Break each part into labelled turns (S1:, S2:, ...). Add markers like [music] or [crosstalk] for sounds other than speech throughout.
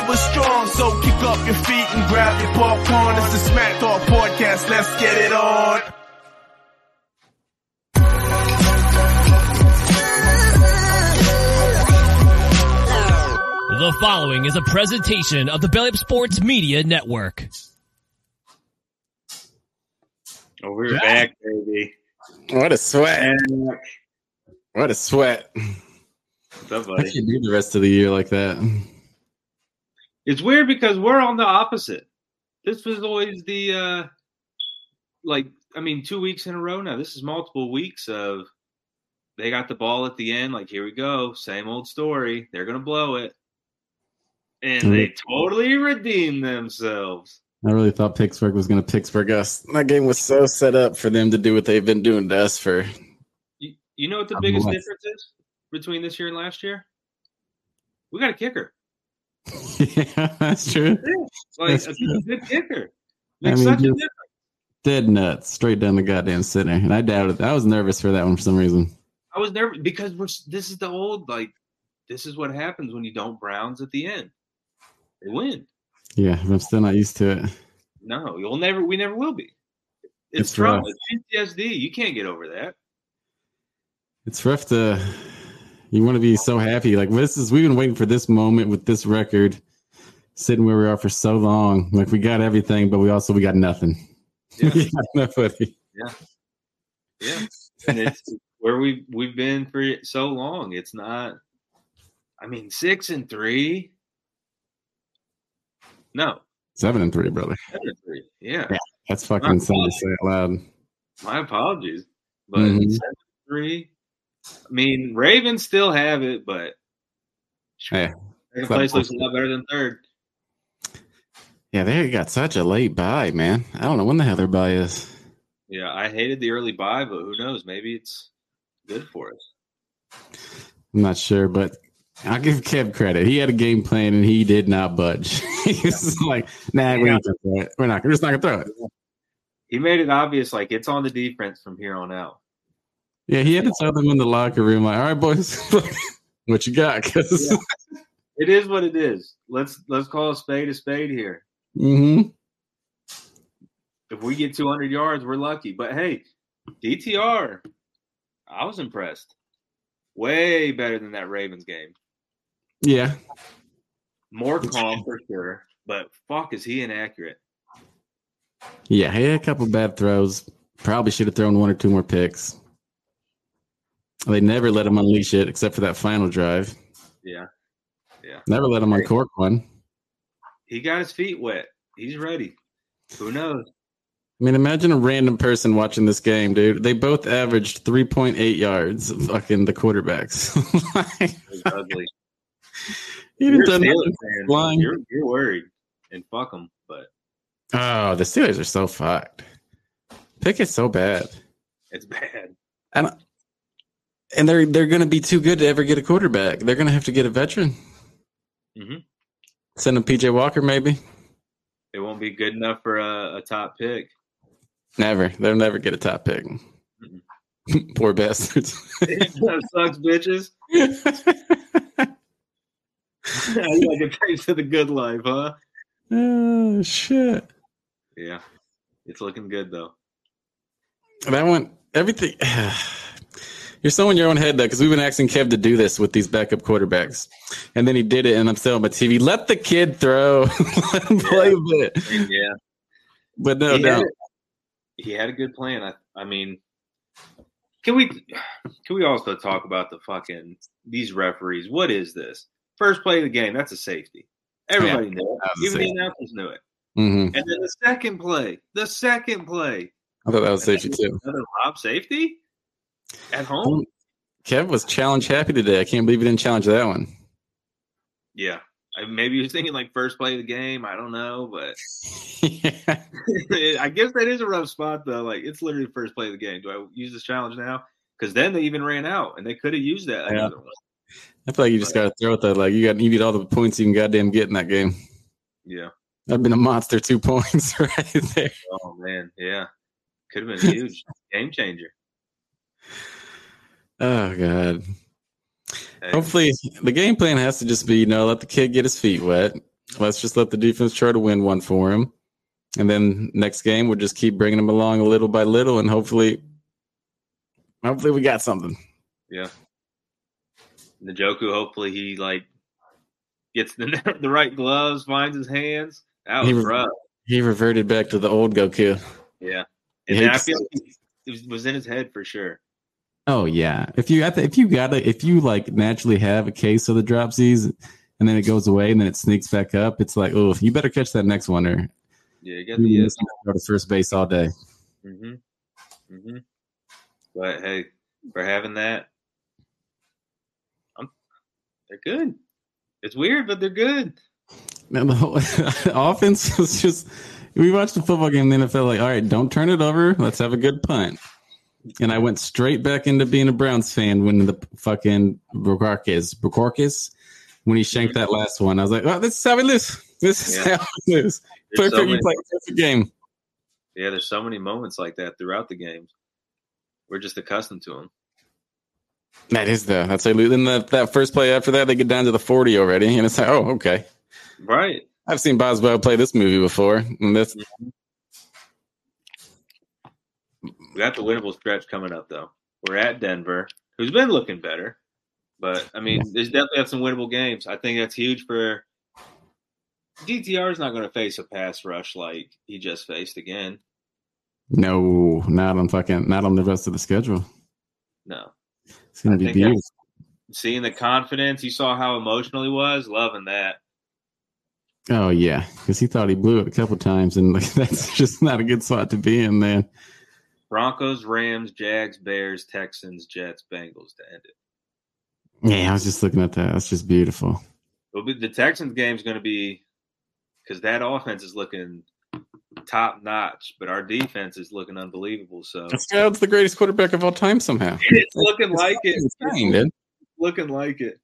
S1: on, so kick up your feet and grab your popcorn. It's the Smack Talk Podcast. Let's get it on.
S2: The following is a presentation of the Belly Up Sports Media Network.
S3: Oh, we're back, baby.
S4: What a sweat.
S3: Back.
S4: What a sweat.
S3: What's up,
S4: I
S3: buddy?
S4: can't do the rest of the year like that.
S3: It's weird because we're on the opposite. This was always the uh like I mean, two weeks in a row now. This is multiple weeks of they got the ball at the end, like here we go, same old story. They're gonna blow it. And they
S4: Mm-hmm.
S3: totally redeemed themselves.
S4: I really thought Pittsburgh was going to Pittsburgh us. That game was so set up for them to do what they've been doing to us for.
S3: You, you know what the
S4: I'm
S3: biggest
S4: blessed.
S3: difference is between this year and last year? We got a kicker.
S4: yeah, [laughs] that's true.
S3: Like
S4: That's
S3: a
S4: true.
S3: good kicker.
S4: I
S3: Makes
S4: mean,
S3: such a
S4: you-
S3: difference.
S4: Dead nuts, straight down the goddamn center. And I doubted. I was nervous for that one for some reason.
S3: I was nervous because we're, this is the old like this is what happens when you don't Browns at the end. They win.
S4: Yeah, but I'm still not used to it.
S3: No, you'll never. We never will be. It's,
S4: It's
S3: trauma.
S4: rough.
S3: It's PTSD. You can't get over that.
S4: It's rough to. You want to be so happy. Like this is. We've been waiting for this moment with this record, sitting where we are for so long. Like we got everything, but we also we got nothing.
S3: Yeah,
S4: [laughs] we got nobody.
S3: yeah. And it's where we we've been for so long. It's not. I mean, six and three. No,
S4: Seven and three, brother.
S3: seven and three. Yeah,
S4: That's fucking something to say out loud.
S3: my apologies, but
S4: Mhm.
S3: seven and three. I mean, Ravens still have it, but
S4: Hey,
S3: Second place looks a lot better than third.
S4: yeah, they got such a late buy, man. I don't know when the hell their buy is.
S3: Yeah, I hated the early buy, but who knows? Maybe it's good for us.
S4: I'm not sure, but I'll give Kev credit. He had a game plan and he did not budge. [laughs] He's just like, nah, we ain't gonna throw it. We're not. We're just not gonna throw it.
S3: He made it obvious, like it's on the defense from here on out.
S4: Yeah, he had to tell them in the locker room, like, all right, boys, [laughs] what you got? 'Cause-
S3: Yeah. It is what it is. Let's let's call a spade a spade here.
S4: [laughs] Mhm.
S3: If we get 200 yards, we're lucky. But hey, DTR, I was impressed. Way better than that Ravens game.
S4: yeah,
S3: More calm for sure, but fuck, is he inaccurate?
S4: yeah. He had a couple bad throws. Probably should have thrown one or two more picks. They never let him unleash it, except for that final drive.
S3: Yeah, yeah.
S4: Never let him uncork one.
S3: He got his feet wet. He's ready. Who knows?
S4: I mean, imagine a random person watching this game, dude. They both averaged 3.8 yards, fucking the quarterbacks. [laughs] like,
S3: It
S4: [laughs]
S3: was ugly.
S4: he
S3: You're
S4: didn't
S3: a
S4: done
S3: Steelers
S4: nothing.
S3: fan,
S4: flying.
S3: You're, you're worried, and fuck them. But
S4: Oh, the Steelers are so fucked. Pickett's so bad.
S3: it's [laughs] bad.
S4: And they're they're going to be too good to ever get a quarterback. They're going to have to get a veteran.
S3: Mhm.
S4: Send him PJ Walker, maybe.
S3: It won't be good enough for a, a top pick. [laughs]
S4: Never. They'll never get a top pick. [laughs] Poor bastards.
S3: that
S4: [laughs]
S3: sucks, bitches. [laughs] you like a taste of the good life, huh?
S4: oh, shit.
S3: Yeah, it's looking good though.
S4: That one, everything. [sighs] You're so in your own head, though, because we've been asking Kev to do this with these backup quarterbacks. And then he did it, and I'm still on my TV. Let the kid throw. [laughs] Let him play a bit.
S3: And yeah,
S4: But no,
S3: he, had,
S4: no.
S3: he had a good plan. I, I mean, can we can we also talk about the fucking these referees? What is this? First play of the game. That's a safety. Everybody knew
S4: that was
S3: it.
S4: a
S3: Even
S4: safety.
S3: the announcers knew it.
S4: hmm
S3: And then the second play, the second play,
S4: I thought that was safety, too.
S3: another lob safety at home.
S4: Kev was challenge happy today. I can't believe he didn't challenge that one.
S3: Yeah, I, maybe he was thinking like first play of the game. I don't know, but [laughs]
S4: [laughs] yeah.
S3: I guess that is a rough spot though. Like it's literally the first play of the game. Do I use this challenge now? Because then they even ran out, and they could have used that.
S4: Yeah.
S3: another one.
S4: I feel like you just got to throw it, though. Like, you got you need all the points you can goddamn get in that game.
S3: yeah.
S4: That'd been a monster two [laughs] points right there.
S3: Oh man, yeah, could have been huge
S4: [laughs]
S3: game changer.
S4: Oh, God.
S3: Hey,
S4: Hopefully, the game plan has to just be, you know, let the kid get his feet wet. Let's just let the defense try to win one for him. And then next game, we'll just keep bringing him along a little by little, and hopefully, hopefully, we got something.
S3: Yeah. Njoku, hopefully he like gets the [laughs] the right gloves, finds his hands. That
S4: He
S3: was
S4: re-
S3: rough.
S4: He reverted back to the old Goku.
S3: Yeah.
S4: He
S3: And then I
S4: hates-
S3: feel like it was, was in his head for sure.
S4: Oh yeah. If you I thi- if you got it, if you like naturally have a case of the dropsies, and then it goes away, and then it sneaks back up, it's like, oh, you better catch that next one, or
S3: Yeah, you
S4: you're
S3: got
S4: gonna
S3: the uh,
S4: miss out to first base all day.
S3: hmm hmm But hey, for having that, I'm, they're good. It's weird, but they're good.
S4: Man, the whole [laughs] offense was just. We watched the football game in the NFL, like, all right, don't turn it over. Let's have a good punt. And I went straight back into being a Browns fan when the fucking Bukarkis, Bukarkis, when he shanked that last one. I was like, oh, this is how we lose. This is
S3: Yeah.
S4: how we lose.
S3: There's
S4: Perfect,
S3: so
S4: you
S3: many,
S4: play perfect game.
S3: yeah, there's so many moments like that throughout the games. We're just accustomed to them.
S4: That is though. That's how they lose. Then that, that first play after that, they get down to the forty already, and it's like, oh, okay.
S3: Right.
S4: I've seen Boswell play this movie before, and that's
S3: We got the winnable stretch coming up, though. We're at Denver, who's been looking better. But, I mean, there's definitely have some winnable games. I think that's huge for DTR is not going to face a pass rush like he just faced again.
S4: no, not on fucking, not on the rest of the schedule.
S3: No.
S4: It's gonna
S3: I
S4: be
S3: think
S4: beautiful.
S3: seeing the confidence. You saw how emotional he was, loving that.
S4: Oh yeah, because he thought he blew it a couple times, and [laughs] like, that's just not a good spot to be in, man.
S3: Broncos, Rams, Jags, Bears, Texans, Jets, Bengals to end it.
S4: Yeah, I was just looking at that. That's just beautiful.
S3: It'll be, the Texans game's going to be because that offense is looking top notch, but our defense is looking unbelievable. So
S4: Stroud's the greatest quarterback of all time somehow.
S3: it's looking like it.
S4: It's insane, dude.
S3: looking like it.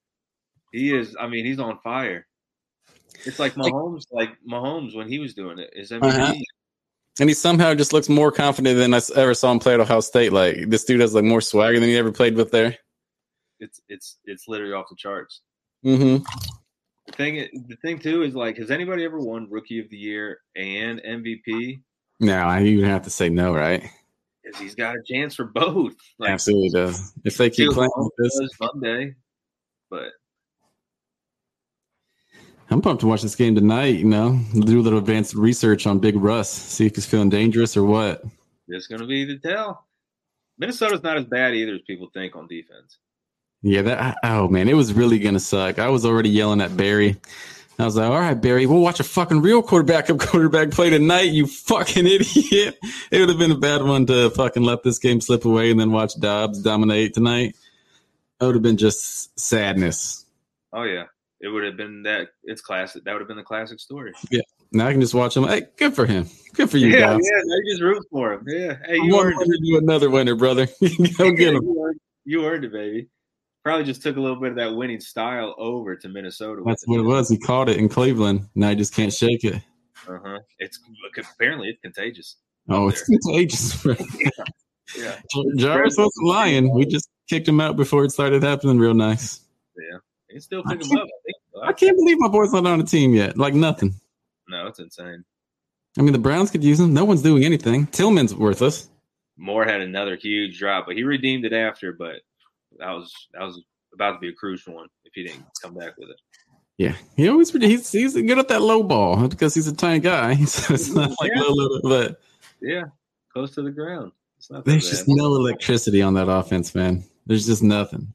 S3: He is. I mean, he's on fire. It's like Mahomes, like Mahomes when he was doing it. Is MVP.
S4: Uh-huh. And he somehow just looks more confident than I s- ever saw him play at Ohio State. Like this dude has like more swagger than he ever played with there.
S3: It's it's it's literally off the charts.
S4: Mm-hmm.
S3: The thing, the thing too is like, has anybody ever won Rookie of the Year and MVP?
S4: No, I even have to say no, right?
S3: Because he's got a chance for both. Like,
S4: Absolutely does. If they
S3: see
S4: keep
S3: what
S4: playing
S3: Mahomes
S4: with this,
S3: does Monday, but
S4: I'm pumped to watch this game tonight. You know, do a little advanced research on Big Russ, see if he's feeling dangerous or what.
S3: it's going to be the tell. Minnesota's not as bad either as people think on defense.
S4: Yeah, that. Oh man, it was really gonna suck. I was already yelling at Barry. I was like, "All right, Barry, we'll watch a fucking real quarterback [laughs] of quarterback play tonight." You fucking [laughs] idiot! It would have been a bad one to fucking let this game slip away and then watch Dobbs dominate tonight. That would have been just sadness.
S3: Oh yeah, it would have been that. It's classic. That would have been the classic story.
S4: Now I can just watch him. Hey, good for him. Good for you,
S3: yeah,
S4: Dobbs.
S3: yeah. They just root for him. Yeah. Hey,
S4: You
S3: you
S4: One
S3: earned it.
S4: winner to another winner, brother. [laughs] Go get him.
S3: You earned, you earned it, baby. Probably just took a little bit of that winning style over to Minnesota. with
S4: That's what it was. He caught it in Cleveland. Now he just can't shake it.
S3: Uh-huh. It's apparently it's contagious.
S4: Oh, it's contagious. [laughs] bro.
S3: Yeah.
S4: Jar- Jarvis wasn't lying. We just kicked him out before it started happening real nice.
S3: You can still
S4: I
S3: pick them
S4: can't-
S3: up. I
S4: I
S3: think.
S4: can't believe my boy's not on a team yet. Like nothing.
S3: No, it's insane.
S4: I mean, the Browns could use him. No one's doing anything. Tillman's worthless.
S3: Moore had another huge drop, but he redeemed it after. But that was that was about to be a crucial one if he didn't come back with it.
S4: Yeah. He always, he's, he's good at that low ball because he's a tiny guy. [laughs] So it's not like
S3: Yeah.
S4: low, low, but
S3: Yeah, close to the ground. It's not that
S4: there's
S3: bad.
S4: just no electricity on that offense, man. There's just nothing.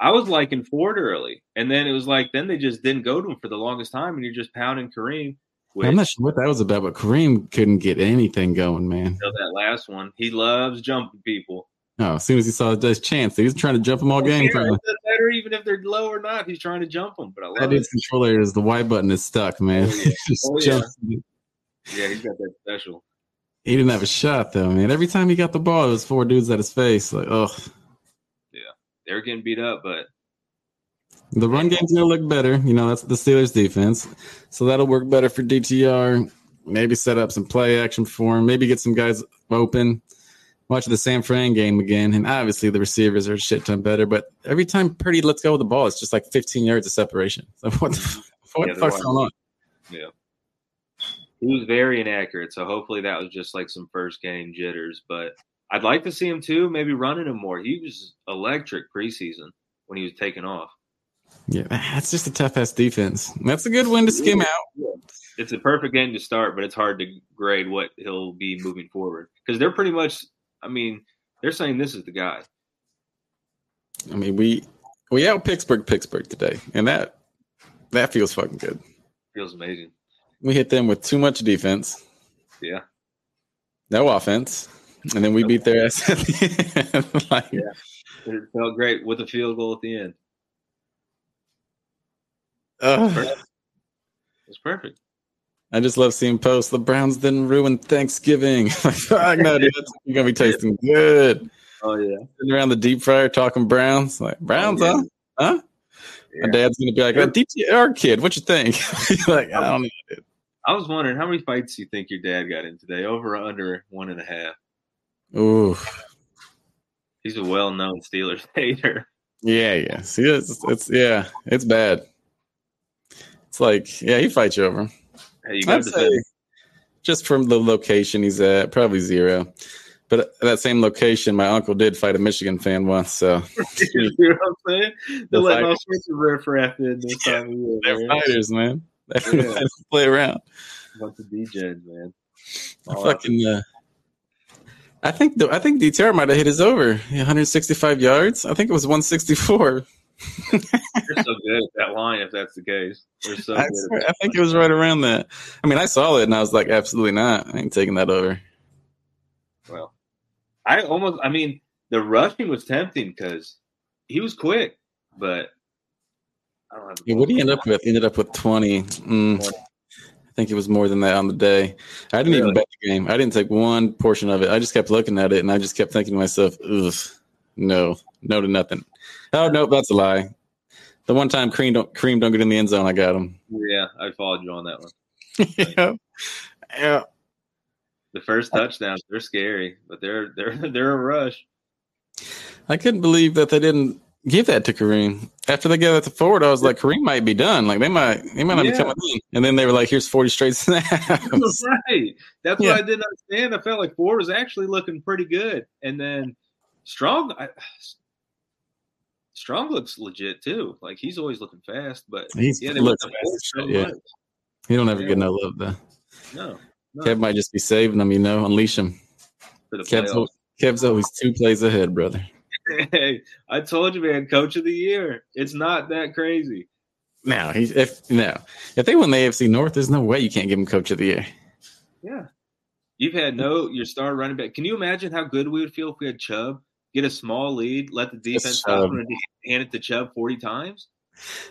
S3: I was liking Ford early, and then it was like then they just didn't go to him for the longest time, and you're just pounding Kareem. Which,
S4: I'm not sure what that was about, but Kareem couldn't get anything going, man.
S3: until that last one, he loves jumping people.
S4: Oh, as soon as he saw his chance, he was trying to jump him all game.
S3: Oh, Yeah,
S4: probably.
S3: it doesn't matter even if they're low or not. He's trying to jump them, but I
S4: That
S3: love it.
S4: dude's controller is the Y button is stuck, man.
S3: Oh, yeah.
S4: [laughs] Just
S3: Oh, yeah.
S4: jump.
S3: Yeah, he's got that special.
S4: He didn't have a shot though, man. Every time he got the ball, it was four dudes at his face. Like, oh,
S3: They're getting beat up, but
S4: the run game's gonna look better. You know, that's the Steelers' defense, so that'll work better for DTR. Maybe set up some play action for him. Maybe get some guys open. Watch the San Fran game again, and obviously the receivers are a shit ton better. But every time Purdy lets go of the ball, it's just like 15 yards of separation. Like, [laughs] what the, f- what
S3: Yeah,
S4: the
S3: they're
S4: fuck's
S3: wild.
S4: going on?
S3: He was very inaccurate, so hopefully that was just like some first game jitters. But I'd like to see him too, maybe running him more. He was electric preseason when he was taking off.
S4: Yeah, that's just a tough ass defense. That's a good win to skim out.
S3: It's a perfect game to start, but it's hard to grade what he'll be moving forward because they're pretty much. I mean, they're saying this is the guy.
S4: I mean, we we out Pittsburgh, Pittsburgh today, and that that feels fucking good.
S3: Feels amazing.
S4: We hit them with too much defense,
S3: Yeah,
S4: no offense, and then we beat their ass at the end. [laughs] like,
S3: Yeah. it felt great with a field goal at the end.
S4: ugh. [laughs]
S3: It's perfect.
S4: I just love seeing posts. The Browns didn't ruin Thanksgiving. [laughs] like, fuck no, dude, that's- you're gonna be tasting good.
S3: Oh yeah,
S4: Sitting around the deep fryer talking Browns, like Browns, huh? Huh? My
S3: Yeah.
S4: dad's gonna be like, that DTR kid, what you think? [laughs] like, I don't know.
S3: I was wondering how many fights you think your dad got in today? Over or under one and a half?
S4: Ooh,
S3: He's a well-known Steelers [laughs] hater.
S4: yeah, yeah. See, it's, it's yeah, it's bad. It's like, yeah, he fights you over. him.
S3: Hey, you got
S4: I'd
S3: to
S4: say just from the location he's at, probably zero. But at that same location, my uncle did fight a Michigan fan once, so
S3: [laughs] you know what I'm saying? They're
S4: The
S3: letting all
S4: Tigers.
S3: sorts of riffraff in this time of year.
S4: they're
S3: man.
S4: fighters, man. [laughs] They
S3: Yeah.
S4: don't play around.
S3: Bunch of DJs, man.
S4: I
S3: All out.
S4: fucking. Uh, I think the, I think DTR might have hit his over 165 yards. I think it was 164.
S3: They're so good at that line, if that's the case. They're so
S4: I,
S3: good. at
S4: swear,
S3: that
S4: I think it was right around that. I mean, I saw it and I was like, absolutely not. I ain't taking that over.
S3: line. Well, I almost, I mean, the rushing was tempting because he was quick, but I don't have the
S4: Yeah, what did he end up with? He ended up with 20. Mm, I think it was more than that on the day. I didn't even
S3: Really?
S4: bet the game. I didn't take one portion of it. I just kept looking at it and I just kept thinking to myself, ugh, no, no to nothing. Oh, no, that's a lie. The one time Cream don't, Cream don't get in the end zone, I got him.
S3: [laughs] Yeah, I followed you on that one.
S4: yeah. yeah.
S3: The first
S4: Uh,
S3: touchdowns, they're scary, but they're they're [laughs] they're a rush.
S4: I couldn't believe that they didn't give that to Kareem. After they gave that to Ford, I was like, Kareem might be done. Like, they might, they might not be
S3: Yeah.
S4: coming in. And then they were like, here's 40 straight [laughs] snaps.
S3: right. That's
S4: Yeah.
S3: what I didn't understand. I felt like Ford was actually looking pretty good, and then Strong, I, Strong looks legit too. Like he's always looking fast, but
S4: He's-
S3: [laughs] yeah, they
S4: looks
S3: went
S4: fast
S3: the
S4: as
S3: so
S4: shit, yeah.
S3: much.
S4: you don't ever get no love, though.
S3: No, no.
S4: Kev might just be saving them, you know, unleash them.
S3: for the
S4: Kev's,
S3: playoffs.
S4: al- Kev's always two plays ahead, brother.
S3: Hey, I told you, man, Coach of the Year. It's not that crazy.
S4: No, he, if no, if they win the AFC North, there's no way you can't give him Coach of the Year.
S3: Yeah, you've had no your star running back. Can you imagine how good we would feel if we had Chubb get a small lead, let the defense stop
S4: Chubb.
S3: him, and hand it to Chubb forty times?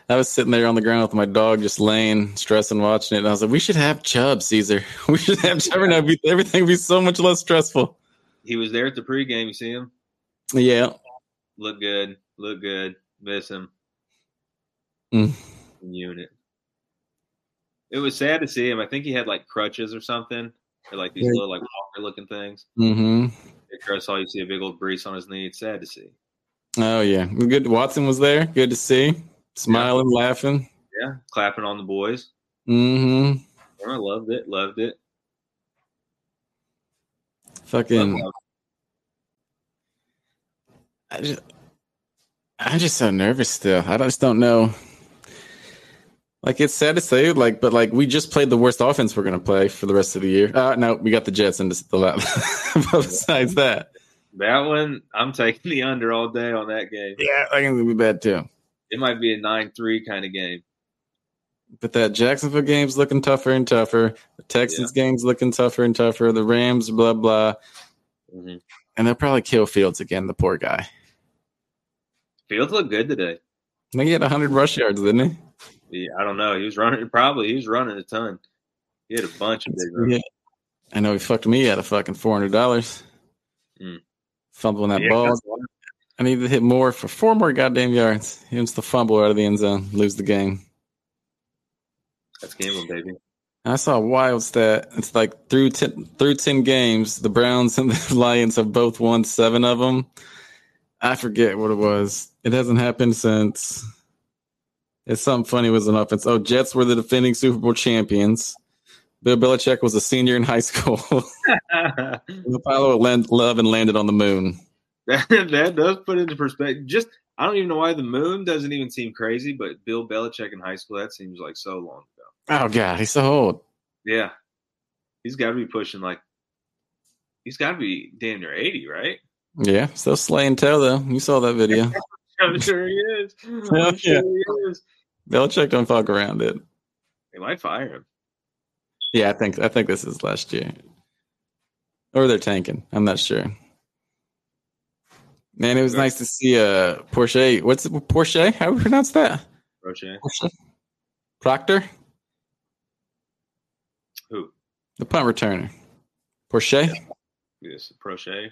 S4: I was sitting there on the ground with my dog, just laying, stressing, watching it, and I was like, "We should have Chubb, Caesar. [laughs] We should have Chubb, and that'd be- everything would be so much less stressful."
S3: He was there at the pregame. You see him.
S4: Yeah,
S3: Look good. Look good. Miss him.
S4: Mm.
S3: Unit. It was sad to see him. I think he had like crutches or something, or like these
S4: Yeah.
S3: little like walker looking things.
S4: hmm
S3: Picture I saw you see a big old breeze on his knee. It's sad to see.
S4: Oh yeah, good. Watson was there. Good to see, smiling, laughing.
S3: Yeah, clapping on the boys.
S4: hmm
S3: I loved it. Loved it.
S4: Fucking.
S3: Loved
S4: I just, I'm just so nervous still. I just don't know. Like it's sad to say, like, but like we just played the worst offense we're gonna play for the rest of the year. Uh no, we got the Jets in this- the lap. [laughs] but besides that,
S3: that one. I'm taking the under all day on that game.
S4: yeah, I think it'll be bad too.
S3: It might be a nine-three kind of game.
S4: But that Jacksonville game's looking tougher and tougher. The Texans game's looking tougher and tougher. The Rams, blah blah,
S3: Mhm.
S4: and they'll probably kill Fields again. The poor guy.
S3: Fields looked good today.
S4: I think he had 100 rush yards, didn't he?
S3: He- I don't know. He was running. Probably he was running a ton. He had a bunch of big runs.
S4: Yeah. I know he fucked me out of fucking four hundred dollars.
S3: Mm.
S4: Fumbling that
S3: Yeah,
S4: ball.
S3: that's why.
S4: I need to hit more for four more goddamn yards. He wants to fumble out of the end zone, lose the game.
S3: That's gambling, baby. [laughs]
S4: And I saw a wild stat. It's like through ten, through ten games, the Browns and the [laughs] Lions have both won seven of them. I forget what it was. It hasn't happened since. It's something funny was an offense. Oh, Jets were the defending Super Bowl champions. Bill Belichick was a senior in high [laughs] school. Apollo 11 landed on the moon.
S3: that, that does put into perspective. Just I don't even know why the moon doesn't even seem crazy, but Bill Belichick in high school that seems like so long ago.
S4: Oh God, he's so old.
S3: Yeah, he's got to be pushing like he's got to be damn near eighty, right?
S4: Yeah, so slay and tell though. You saw that [laughs] video.
S3: I'm sure he is. I'm
S4: [laughs] Hell
S3: sure
S4: yeah.
S3: he is.
S4: Belichick don't fuck around it.
S3: They might fire him.
S4: Yeah, I think I think this is last year, or they're tanking. I'm not sure. Man, it was nice to see uh Porsche. What's it, Porsche? How do we pronounce that?
S3: Roche.
S4: Proctor,
S3: Who?
S4: the punt returner. Porsche.
S3: Yes, Oh, Prochet.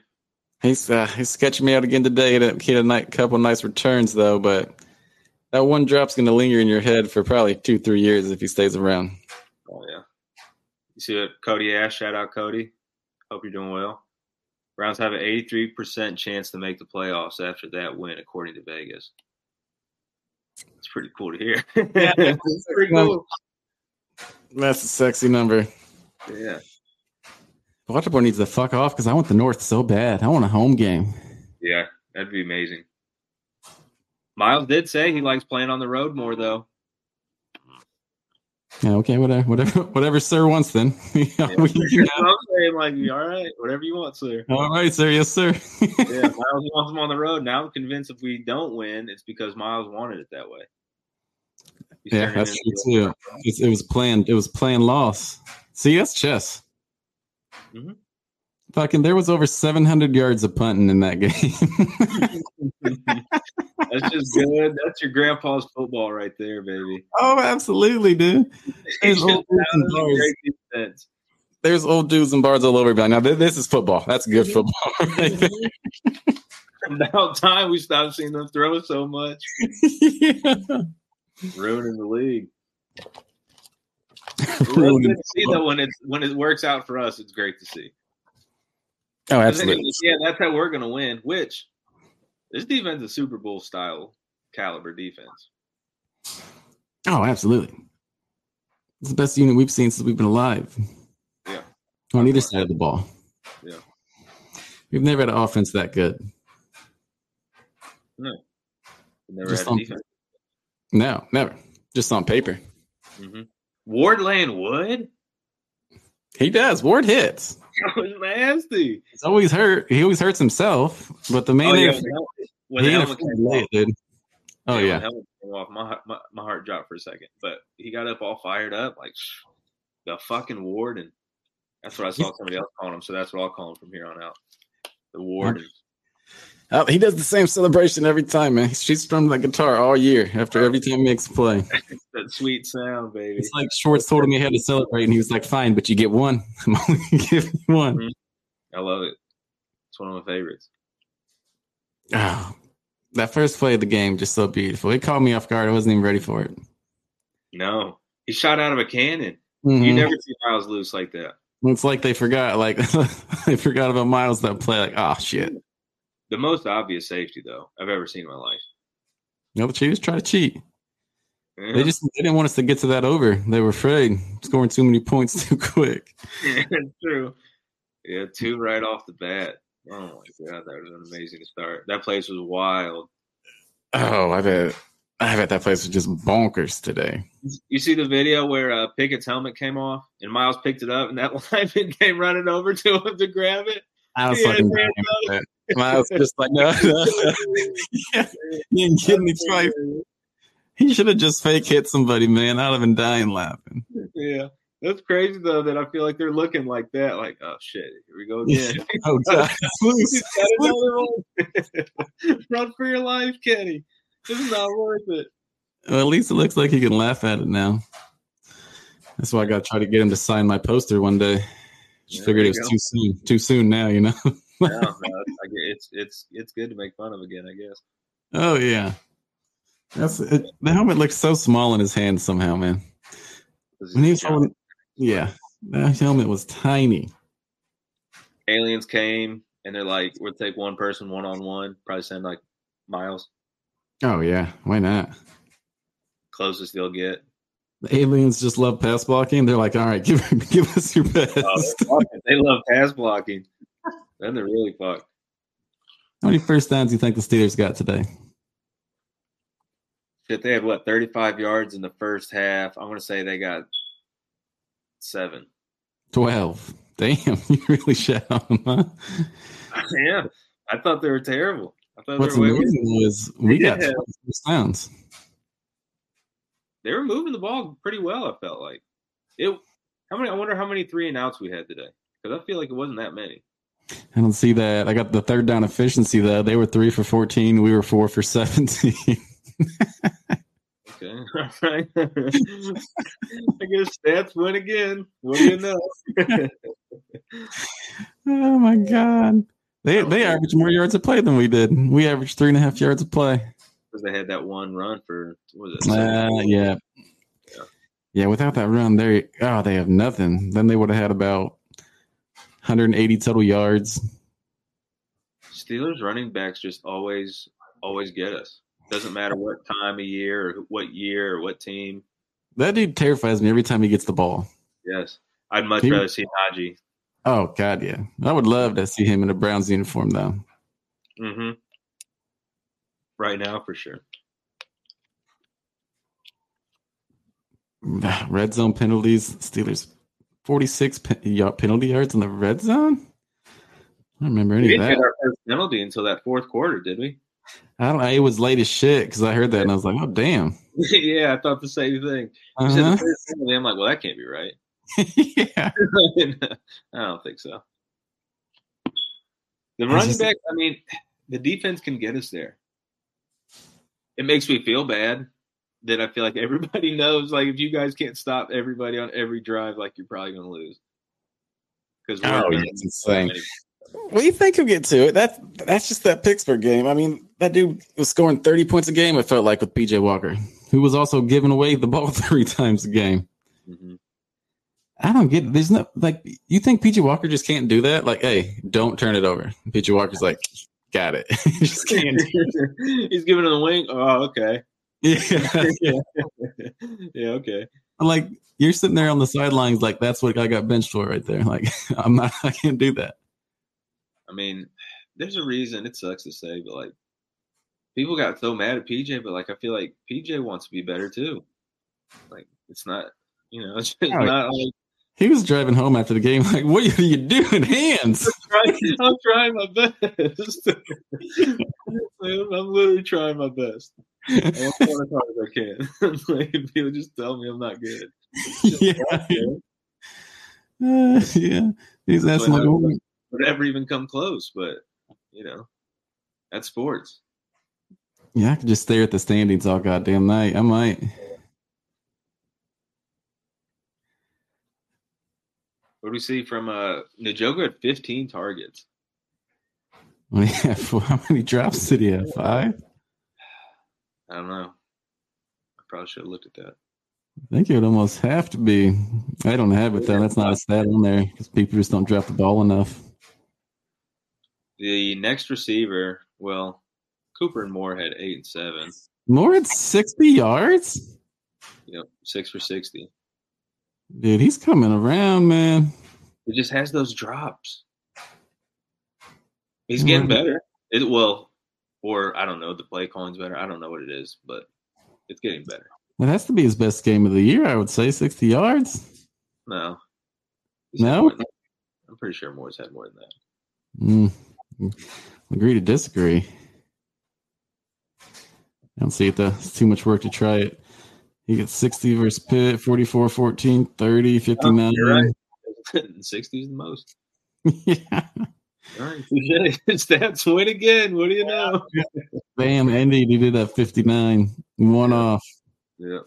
S4: He's uh, he's sketching me out again today. He had a, he had a night, couple nice returns though, but that one drop's going to linger in your head for probably two three years if he stays
S3: [laughs]
S4: around.
S3: Oh yeah. You see what Cody Ash? Shout out Cody. Hope you're doing well. Browns have an 83% chance to make the playoffs after that win, according to Vegas. It's pretty cool to hear. [laughs] It's
S4: [laughs]
S3: pretty cool.
S4: That's a sexy number.
S3: Yeah,
S4: Waterboy needs to fuck off because I want the North so bad. I want a home game.
S3: yeah, that'd be amazing. Miles did say he likes playing on the road more, though.
S4: Yeah, okay, whatever, whatever, [laughs] whatever, sir wants. Then, [laughs] Yeah, we can-
S3: That's what I'm saying, like, all right, whatever you want, sir.
S4: all right, sir, yes, sir.
S3: Yeah, Miles wants him on the road. Now I'm convinced if we don't win, it's because Miles wanted it that way. He's
S4: yeah,
S3: turning
S4: that's
S3: it
S4: true
S3: into a-
S4: too. It's, it was planned. It was planned loss. See, that's chess.
S3: Mhm.
S4: Fucking, there was over seven hundred yards of punting in that [laughs] game.
S3: [laughs] That's just good. That's your grandpa's football right there, baby.
S4: Oh, absolutely, dude. There's
S3: [laughs]
S4: old dudes and bars.
S3: Great defense.
S4: There's old dudes and bars all over. But now th- this is football. That's good football. [laughs] right there.
S3: About time we stopped seeing them throw so much,
S4: Yeah.
S3: Mm-hmm. ruining
S4: [laughs]
S3: the league. It's
S4: Ruining
S3: good to see that when it when it works out for us, it's great to see.
S4: [laughs] Oh,
S3: I think it
S4: absolutely.
S3: was- Yeah, that's how we're gonna win. Which this defense is Super Bowl style caliber defense.
S4: Oh, absolutely. It's the best unit we've seen since we've been alive.
S3: Yeah.
S4: On either side of the ball.
S3: Yeah.
S4: We've never had an offense that good.
S3: We Never
S4: Just
S3: had a
S4: on-
S3: defense.
S4: No, never. Just on paper.
S3: hmm Wardland Wood.
S4: He does. Ward hits.
S3: [laughs] That was nasty.
S4: He's always hurt. He always hurts himself. But the man,
S3: Oh, yeah,
S4: there-
S3: when
S4: he
S3: the
S4: ain't afraid
S3: helmet came
S4: to lay it, dude. Oh
S3: when
S4: yeah.
S3: Helmet came off. My, heart- my my heart dropped for a second, but he got up all fired up, like [sighs] "Psh, the fucking warden. That's what I saw somebody else calling him, so that's what I'll call him from here on out. The warden.
S4: Oh, he does the same celebration every time, man. She's strumming that guitar all year after every time he makes a play.
S3: That sweet sound, baby.
S4: It's like Schwartz told him he had to celebrate, and he was like, "Fine, but you get one. [laughs] I'm only giving you one."
S3: I love it. It's one of my favorites.
S4: Oh, that first play of the game just so beautiful. It caught me off guard. I wasn't even ready for it.
S3: No, he shot out of a cannon. You
S4: Mhm.
S3: never see Miles loose like that.
S4: it's like they forgot, like [laughs] they forgot about Miles that play. Like, oh shit,
S3: The most obvious safety, though, I've ever seen in my life.
S4: no, but she was trying to cheat.
S3: Yeah.
S4: They just they didn't want us to get to that over. They were afraid scoring too many points [laughs] too quick.
S3: It's
S4: [laughs]
S3: true. Yeah, two right off the bat. Oh my god, that was an amazing start. That place was wild.
S4: Oh, I bet, I bet that place was just bonkers today.
S3: You see the video where uh, Pickett's helmet came off and Miles picked it up, and that [laughs] lineman came running over to him to grab it.
S4: I was
S3: Yeah,
S4: fucking
S3: man,
S4: dying for [laughs] that. Miles just like no, no, [laughs] no. He didn't get any fight. He should have just fake hit somebody, man. I'd have been dying laughing.
S3: Yeah, that's crazy though. That I feel like they're looking like that. Like, oh shit, here
S4: [laughs]
S3: we go again. [laughs]
S4: Oh god, it's loose.
S3: He's got another one. [laughs] Run for your life, Kenny. This is not worth
S4: [laughs]
S3: it.
S4: Well, at least it looks like he can laugh at it now. That's why I got to try to get him to sign my poster one day. Just
S3: There
S4: figured
S3: you
S4: it was
S3: go.
S4: too soon. Too soon now, you know. [laughs]
S3: No, no, I get- it's it's it's good to make fun of again, I guess.
S4: Oh yeah, that's it, the helmet looks so small in his hand somehow, man.
S3: 'Cause
S4: When he was
S3: it's-
S4: holding, yeah, that helmet was tiny.
S3: aliens came and they're like, we'll take one person one on one, probably send like Miles.
S4: Oh yeah, why not?
S3: closest they'll get.
S4: The aliens just love pass blocking. They're like, all right, [laughs] give give us your best.
S3: Oh, they're fucking- they love pass blocking. Then they're really fucked.
S4: How many first downs do you think the Steelers got today?
S3: Shit, they had what thirty five yards in the first half. I'm gonna say they got seven. [laughs]
S4: Twelve. Damn, [laughs] you really shut on them, huh?
S3: yeah, I thought they were terrible. I thought
S4: What's
S3: they were way worse.
S4: amazing was we got
S3: Yeah.
S4: 12 first downs.
S3: they were moving the ball pretty well. I felt like it. How many? I wonder how many three and outs we had today because I feel like it wasn't that many.
S4: I don't see that. I got the third down efficiency though. They were three for fourteen. We were four for [laughs] seventeen.
S3: Okay, [laughs] all right. I guess stats win again. What do you know?
S4: oh my god. They they averaged more yards of play than we did. We averaged three and a half yards of play.
S3: 'Cause they had that one run for what was it?
S4: Uh, yeah. Yeah, without that run, they oh they have nothing. Then they would have had about 180 total yards.
S3: Steelers running backs just always, always get us. Doesn't matter what time of year or who- what year or what team.
S4: That dude terrifies me every time he gets the ball.
S3: Yes, I'd much
S4: He-
S3: rather see Najee.
S4: Oh god, yeah. I would love to see him in a Browns uniform though. [sighs]
S3: hmm Right now, for sure.
S4: Red zone penalties. Steelers 46 pe- ya- penalty yards in the red zone. I don't remember
S3: We
S4: any of
S3: didn't
S4: that.
S3: get our first penalty until that fourth quarter, did we? [laughs]
S4: I don't. It was late as shit because I heard that and I was like, "Oh damn!"
S3: yeah, I thought the same thing. You said the
S4: Uh-huh. [laughs]
S3: first penalty, I'm like, well, that can't be right.
S4: yeah.
S3: [laughs] I don't think so. The running
S4: just-
S3: back, I mean, the defense can get us there. It makes me feel bad that I feel like everybody [laughs] knows, like, if you guys can't stop everybody on every drive, like, you're probably going to lose. Because
S4: Oh, yeah, it's insane. What do you think you'll get to it? That that's just that Pittsburgh game. I mean, that dude was scoring thirty points a game. It felt like with PJ Walker, who was also giving away the ball [laughs] three times a game. I don't get. it. There's no like. You think PJ Walker just can't do that? Like, hey, don't turn it over. PJ Walker's like, got it. [laughs] He just [laughs] can't.
S3: [laughs] He's giving him the wing. Oh, okay. [laughs]
S4: Yeah. [laughs]
S3: yeah, okay.
S4: like you're sitting there on the sidelines like that's what I got benched for right there. Like [laughs] I'm not I can't do that.
S3: I mean, there's a reason it sucks to say, but like people got so mad at PJ, but like I feel like PJ wants to be better too. Like it's not, you know, [laughs] it's just
S4: Oh,
S3: not. Like,
S4: He was driving home after the game like what are you doing hands?
S3: trying, [laughs] I'm trying my best. [laughs] I'm, I'm literally trying my best. I want to as hard as I can. [laughs] like if people just tell me I'm not good.
S4: yeah. [laughs] Uh, yeah. He's asking like what-
S3: Would ever even come close, but you know, that's sports.
S4: Yeah, I could just stare at the standings all goddamn night. I might. [laughs]
S3: What do we see from uh Najoga had 15 targets?
S4: What do you have? How many drops did he have? Five?
S3: I don't know. I probably should have looked at that.
S4: I think it would almost have to be. I don't have it though. That's not a stat on there because people just don't drop the ball enough.
S3: The next receiver, well, Cooper and Moore had eight and seven.
S4: More at sixty yards?
S3: Yep, six for sixty.
S4: Dude, he's coming around, man.
S3: It just has those drops. He's
S4: Hmm.
S3: getting better. It well, or I don't know, the play calling's better. I don't know what it is, but it's getting better.
S4: That has to be his best game of the year, I would say. 60 yards.
S3: No.
S4: No?
S3: More than- I'm pretty sure Moore's had more than that.
S4: Mm. Agree to disagree. I don't see it, though. It's too much work to try it. He gets 60 versus Pitt, 44, 14, 30, 59.
S3: Oh, you're right. [laughs] 60 is the most.
S4: [laughs] yeah.
S3: All [laughs] right. Stats win again. What do you know?
S4: Bam, Andy, he did that 59. One off.
S3: Yeah.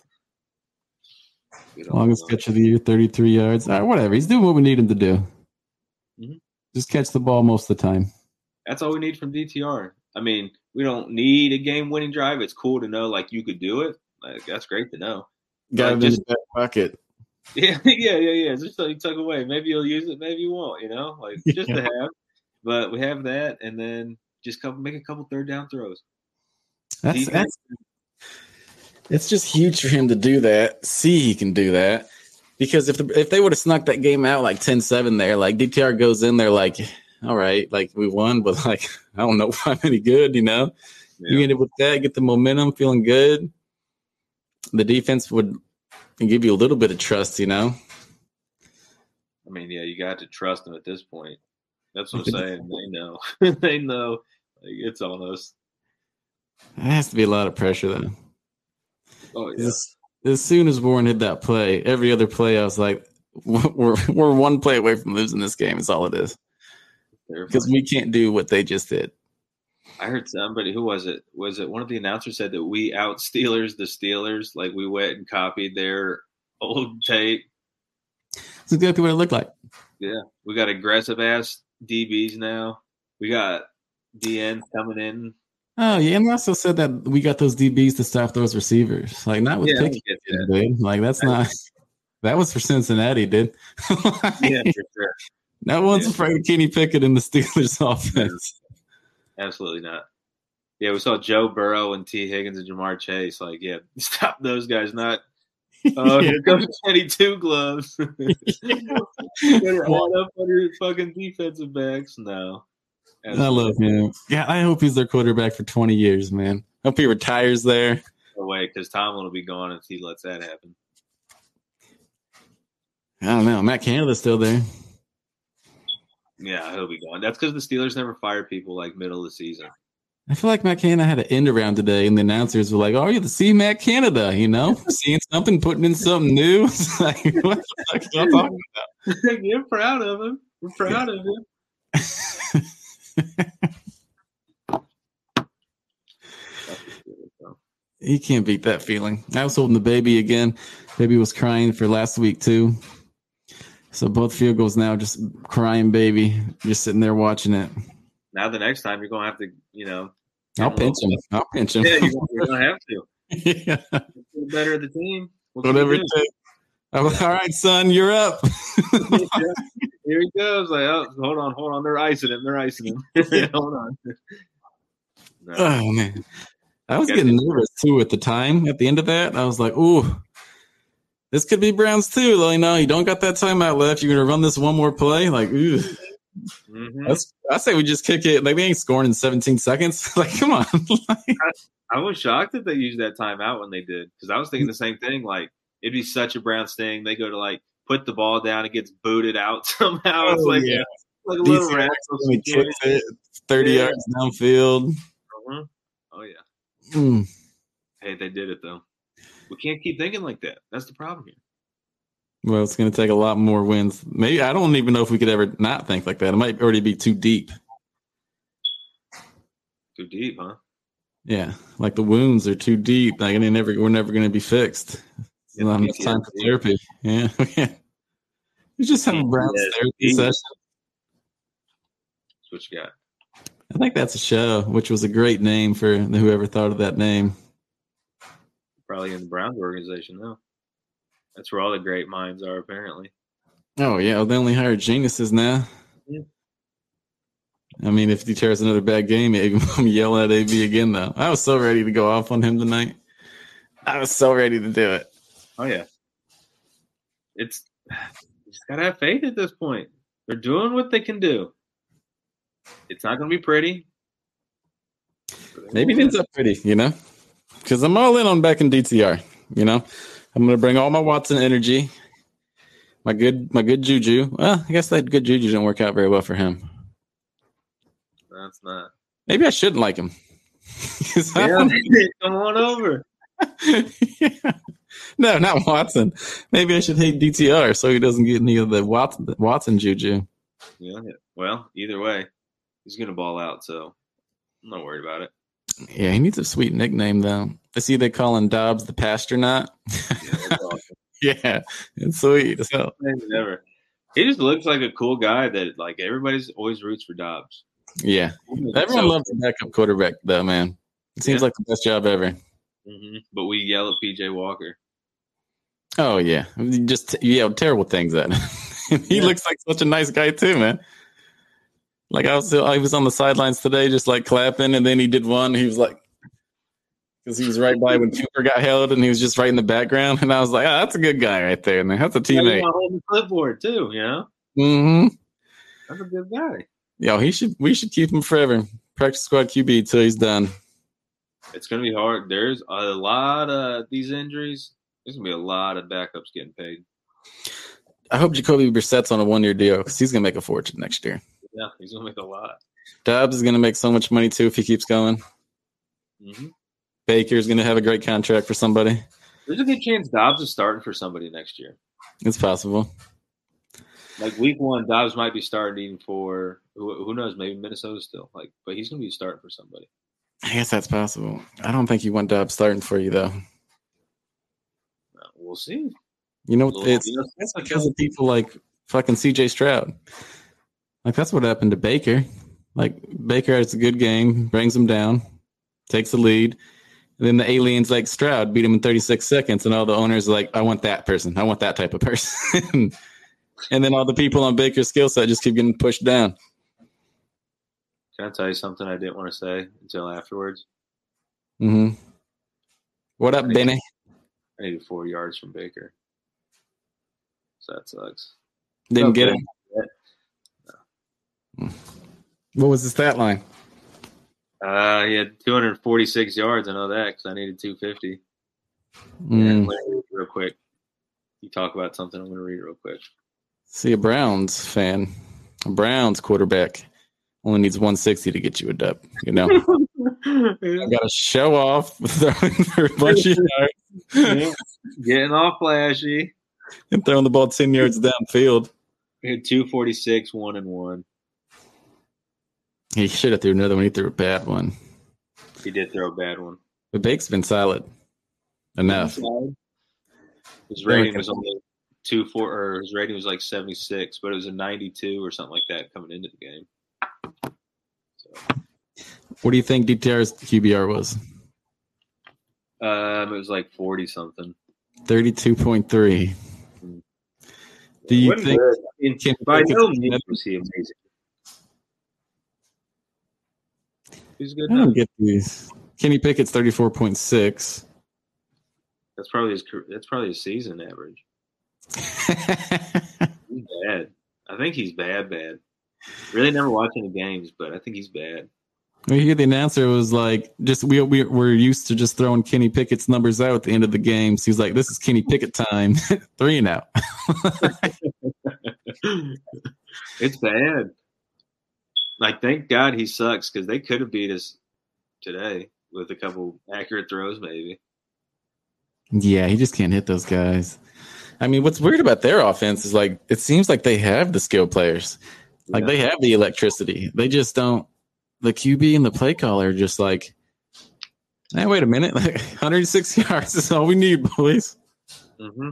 S3: Good old
S4: Longest
S3: Moore.
S4: catch of the year, 33 yards. All right, whatever. He's doing what we need him to do.
S3: Mhm.
S4: Just catch the ball most of the time.
S3: That's all we need from DTR. I mean, we don't need a game winning drive. It's cool to know like you could do it. Like that's great to know. [laughs] Got him in his
S4: back pocket.
S3: Yeah, yeah, yeah, yeah. It's just like tuck away. Maybe you'll use it, maybe you won't, you know? Like just to have. But we have that and then just couple make a couple third down throws.
S4: That's,
S3: Defense.
S4: that's It's just huge for him to do that. See, he can do that. Because if the, if they would have snuck that game out like 10-7 there, like DTR goes in there like, all right, like we won, but like [laughs] I don't know if I'm any good, you know. You
S3: Yeah.
S4: end it with that, get the momentum, feeling good. The defense would give you a little bit of trust, you know.
S3: I mean, yeah, you got to trust them at this point. That's what I'm saying. They know. [laughs] they know. Like, it's on us.
S4: It has to be a lot of pressure though.
S3: Oh yeah.
S4: As, as soon as Warren hit that play, every other play, I was like, [laughs] "We're we're one play away from losing this game." Is all it is
S3: They're
S4: because
S3: fine.
S4: we can't do what they just did.
S3: I heard somebody who was it? Was it one of the announcers said that we out Steelers the Steelers? Like we went and copied their old tape.
S4: It's exactly what it looked like.
S3: We got aggressive ass DBs now. We got DN coming in.
S4: Oh yeah, and they also said that we got those DBs to stop those receivers. Like not with
S3: Yeah, I
S4: Pickens,
S3: get that.
S4: dude. Like that's not. That was for Cincinnati, dude.
S3: [laughs]
S4: [laughs]
S3: yeah, for sure.
S4: No one's
S3: Yeah.
S4: afraid of Kenny Pickett in the Steelers [laughs] offense.
S3: Absolutely not. Yeah, we saw Joe Burrow and T. Higgins and Jamar Chase. Like, yeah, [laughs] stop those
S4: [laughs]
S3: guys. Not oh,
S4: Yeah.
S3: here goes Teddy
S4: [laughs]
S3: Two Gloves. Better line up under fucking defensive backs. No,
S4: I love him. Yeah, I hope he's their quarterback for 20 years, man. Hope he retires there.
S3: away because Tomlin will be gone if he lets that happen.
S4: I don't know. Matt Canada's still there.
S3: Yeah, he'll be gone. That's because the Steelers never fire people like middle of the [laughs] season.
S4: I feel like Matt Canada had an end around today, and the announcers were like, "Oh, you're the C Matt Canada," you know, [laughs] seeing something, putting in something new. [laughs] It's like, what the fuck y'all talking about?
S3: You're proud of him. We're proud of him.
S4: He can't beat that feeling. I was holding the baby again. Baby was crying for last week too. So both field goals now, just crying baby, just sitting there watching it.
S3: [laughs] Now the next time you're gonna have to, you know,
S4: I'll pinch him. I'll pinch him.
S3: yeah, you're gonna, you're gonna have to.
S4: [laughs] Yeah.
S3: You're the better of the team. What can you
S4: Whatever it
S3: do? [laughs]
S4: takes. I'm like, all right, son, you're up.
S3: Here he goes. Like, oh, hold on, hold on. They're icing him. They're icing him. [laughs] hold on. No.
S4: Oh man. I was getting nervous too at the time at the end of that. I was like, ooh, this could be Browns too. Like, no, you don't got that timeout left. You're gonna run this one more play. Like, ooh.
S3: Mhm.
S4: That's, I say we just kick it. Like they ain't scoring in 17 seconds. [laughs] like, come on. Like,
S3: I was shocked that they used that timeout when they did because I was thinking the same thing. Like it'd be such a Browns thing. They go to like put the ball down, it gets booted out [laughs] somehow. it's
S4: Oh,
S3: like
S4: yeah.
S3: like a little
S4: Decent.
S3: rat.
S4: [laughs] we kicked it 30
S3: Yeah.
S4: yards downfield.
S3: Mhm. Oh yeah.
S4: Mm.
S3: Hey, they did it though. We can't keep thinking like that. That's the problem here.
S4: Well, it's going to take a lot more wins. Maybe I don't even know if we could ever not think like that. It might already be too deep.
S3: Too deep, huh?
S4: Yeah, like the wounds are too deep. Like they never, we're never going to be fixed. It's
S3: Yeah,
S4: not enough
S3: PTSD.
S4: time for therapy. Yeah, [laughs] we just have a Browns
S3: PTSD.
S4: therapy session.
S3: That's what you got.
S4: I think that's a show, which was a great name for whoever thought of that name.
S3: Probably in the Browns organization though. That's where all the great minds are apparently.
S4: Oh yeah, well, they only hire geniuses now.
S3: Yeah.
S4: I mean, if Duterte has another bad game, [laughs] maybe I'm yelling at AB again. Though I was so ready to go off on him tonight. I was so ready to do it.
S3: Oh yeah. It's [sighs] you just gotta have faith at this point. They're doing what they can do. It's not gonna be pretty.
S4: Maybe it ends up pretty, you know, because I'm all in on back in DTR. You know, I'm gonna bring all my Watson energy, my good, my good juju. Well, I guess that good juju didn't work out very well for him.
S3: That's
S4: [laughs]
S3: not.
S4: Maybe I shouldn't like him. [laughs] 'Cause I
S3: Yeah,
S4: don't-
S3: [laughs] come on over.
S4: [laughs] No, not Watson. Maybe I should hate DTR so he doesn't get any of the Watson, Watson juju.
S3: Yeah. Well, either way, he's gonna ball out, so I'm not worried about it.
S4: Yeah, he needs a sweet nickname though. I see they calling Dobbs the Pastronaut. [laughs]
S3: Yeah, that's awesome.
S4: yeah, it's sweet. So
S3: Maybe never. He just looks like a cool guy that like everybody's always roots for Dobbs.
S4: yeah, everyone loves the backup quarterback though, man. It seems
S3: Yeah.
S4: like the best job ever.
S3: hmm But we yell at PJ Walker.
S4: Oh yeah, You just you yell terrible things at him. [laughs] he
S3: Yeah.
S4: looks like such a nice guy too, man. Like I was, I was on the sidelines today, just like clapping, and then he did one. He was like, because he was right by when Cooper got held, and he was just right in the background. And I was like, oh, that's a good guy right there, and that's a
S3: Yeah, you
S4: teammate.
S3: know, holding the clipboard too. You know,
S4: Mm-hmm.
S3: that's a good guy.
S4: Yo, he should. We should keep him forever. Practice squad QB till he's done.
S3: It's gonna be hard. There's a lot of these injuries. There's gonna be a lot of backups getting paid.
S4: I hope Jacoby Brissett's on a one-year deal because he's gonna make a fortune next year.
S3: Yeah, he's gonna make a lot.
S4: Dobbs is gonna make so much money too if he keeps going.
S3: hmm
S4: Baker's gonna have a great contract for somebody.
S3: There's a good chance Dobbs is starting for somebody next year.
S4: It's possible.
S3: Like week one, Dobbs might be starting for who, who knows? Maybe Minnesota still. Like, but he's gonna be starting for somebody.
S4: I guess that's possible. I don't think you want Dobbs starting for you though.
S3: Uh, We'll see.
S4: You know,
S3: Little-
S4: it's
S3: you know,
S4: that's because of people like fucking CJ Stroud. Like that's what happened to Baker. Like Baker has a good game, brings him down, takes the lead. And then the aliens like Stroud beat him in 36 seconds, and all the owners are like, I want that person. I want that type of person. [laughs] and then all the people on Baker's skill set just keep getting pushed down.
S3: Can I tell you something I didn't want to say until afterwards?
S4: hmm What up, Benny?
S3: I needed four yards from Baker. So that sucks.
S4: Didn't get
S3: Okay.
S4: it. What was the stat line?
S3: Uh, he had 246 yards. I know that because I needed 250.
S4: Mm.
S3: And let me read real quick. You talk about something. I'm going to read it real quick.
S4: See a Browns fan, a Browns quarterback only needs 160 to get you a dub. You know,
S3: Yeah.
S4: got to show off [laughs] throwing for a bunch of yards
S3: Yeah. [laughs] Getting all flashy.
S4: and throwing the ball 10 yards downfield.
S3: He had 246, one and one.
S4: He should have threw another one. He threw a bad one.
S3: He did throw a bad one.
S4: But Bake's been solid enough.
S3: His rating was only two four, or his rating was like 76, but it was a 92 or something like that coming into the game.
S4: What do you think DTR's QBR was?
S3: Um, it was like 40 something.
S4: 32.3. Do you
S3: Wasn't
S4: think
S3: good. I mean,
S4: Can-
S3: by
S4: can-
S3: no means was he amazing. He's good.
S4: I
S3: enough.
S4: don't get these? Kenny Pickett's [laughs] 34.6.
S3: That's probably his. car- That's probably his season average. He's bad. I think he's bad. Bad. Really, never watch any games, but I think he's bad. [laughs]
S4: We hear the announcer was like, just we, we we're used to just throwing Kenny Pickett's numbers out at the end of the games. He's like, this is Kenny Pickett time, [laughs] three and out.
S3: it's bad. Like, thank God he sucks because they could have beat us today with a couple accurate throws, maybe.
S4: Yeah, he just can't hit those guys. I mean, what's weird about their offense is like it seems like they have the skill players, like
S3: Yeah.
S4: they have the electricity. They just don't. The QB and the play caller are just like, hey, wait a minute, [laughs] like 106 yards is all we need, boys.
S3: hmm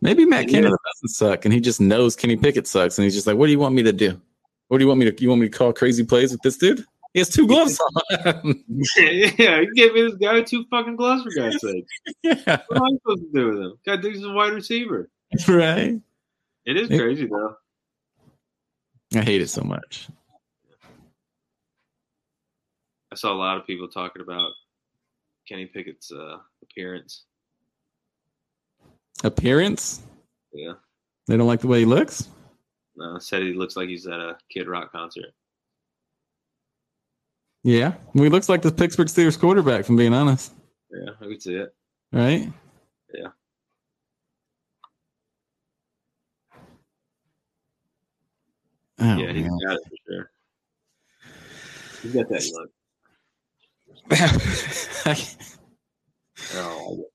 S4: Maybe Matt
S3: Yeah.
S4: Canada doesn't suck, and he just knows Kenny Pickett sucks, and he's just like, "What do you want me to do? What do you want me to? You want me to call crazy plays with this dude? He has two gloves on."
S3: [laughs]
S4: [laughs]
S3: yeah, he gave me this guy two fucking gloves for God's sake.
S4: yeah,
S3: What am I supposed to do with him? God, dude's a wide receiver.
S4: right.
S3: It is
S4: Yeah.
S3: crazy though.
S4: I hate it so much.
S3: I saw a lot of people talking about Kenny Pickett's uh, appearance.
S4: Appearance?
S3: Yeah,
S4: They don't like the way he looks.
S3: uh, said he looks like he's at a Kid Rock concert.
S4: Yeah, he looks like the Pittsburgh Steelers quarterback. If I'm being honest,
S3: Yeah, I could see it.
S4: right?
S3: Yeah.
S4: Oh,
S3: yeah, he's
S4: man.
S3: got it for sure. He's got that look. [laughs]
S4: [laughs]
S3: Oh,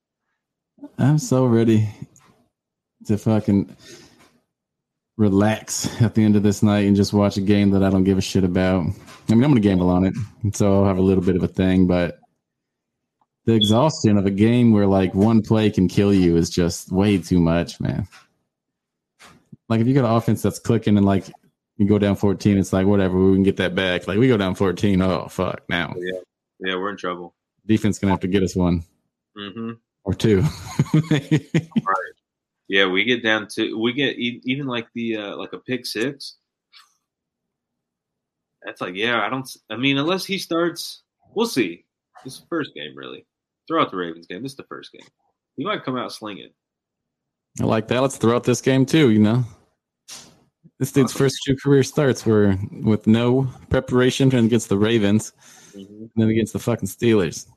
S4: I'm so ready to fucking relax at the end of this night and just watch a game that I don't give a shit about. I mean, I'm going to gamble on it, and so I'll have a little bit of a thing, but the exhaustion of a game where like one play can kill you is just way too much, man. Like if you got an offense that's clicking and like you go down 14, it's like whatever, we can get that back. Like we go down 14, oh fuck, now
S3: yeah, we're in trouble.
S4: defense going to have to get us one
S3: hmm
S4: or two. [laughs]
S3: Yeah, we get down to we get e- even like the uh, like a pick six. That's like yeah, I don't. s- I mean, unless he starts, we'll see. This is the first game really. Throw out the Ravens game. This is the first game. He might come out slinging.
S4: I like that. Let's throw out this game too. You know, this dude's first two career starts were with no preparation and against the Ravens, and then against the fucking Steelers.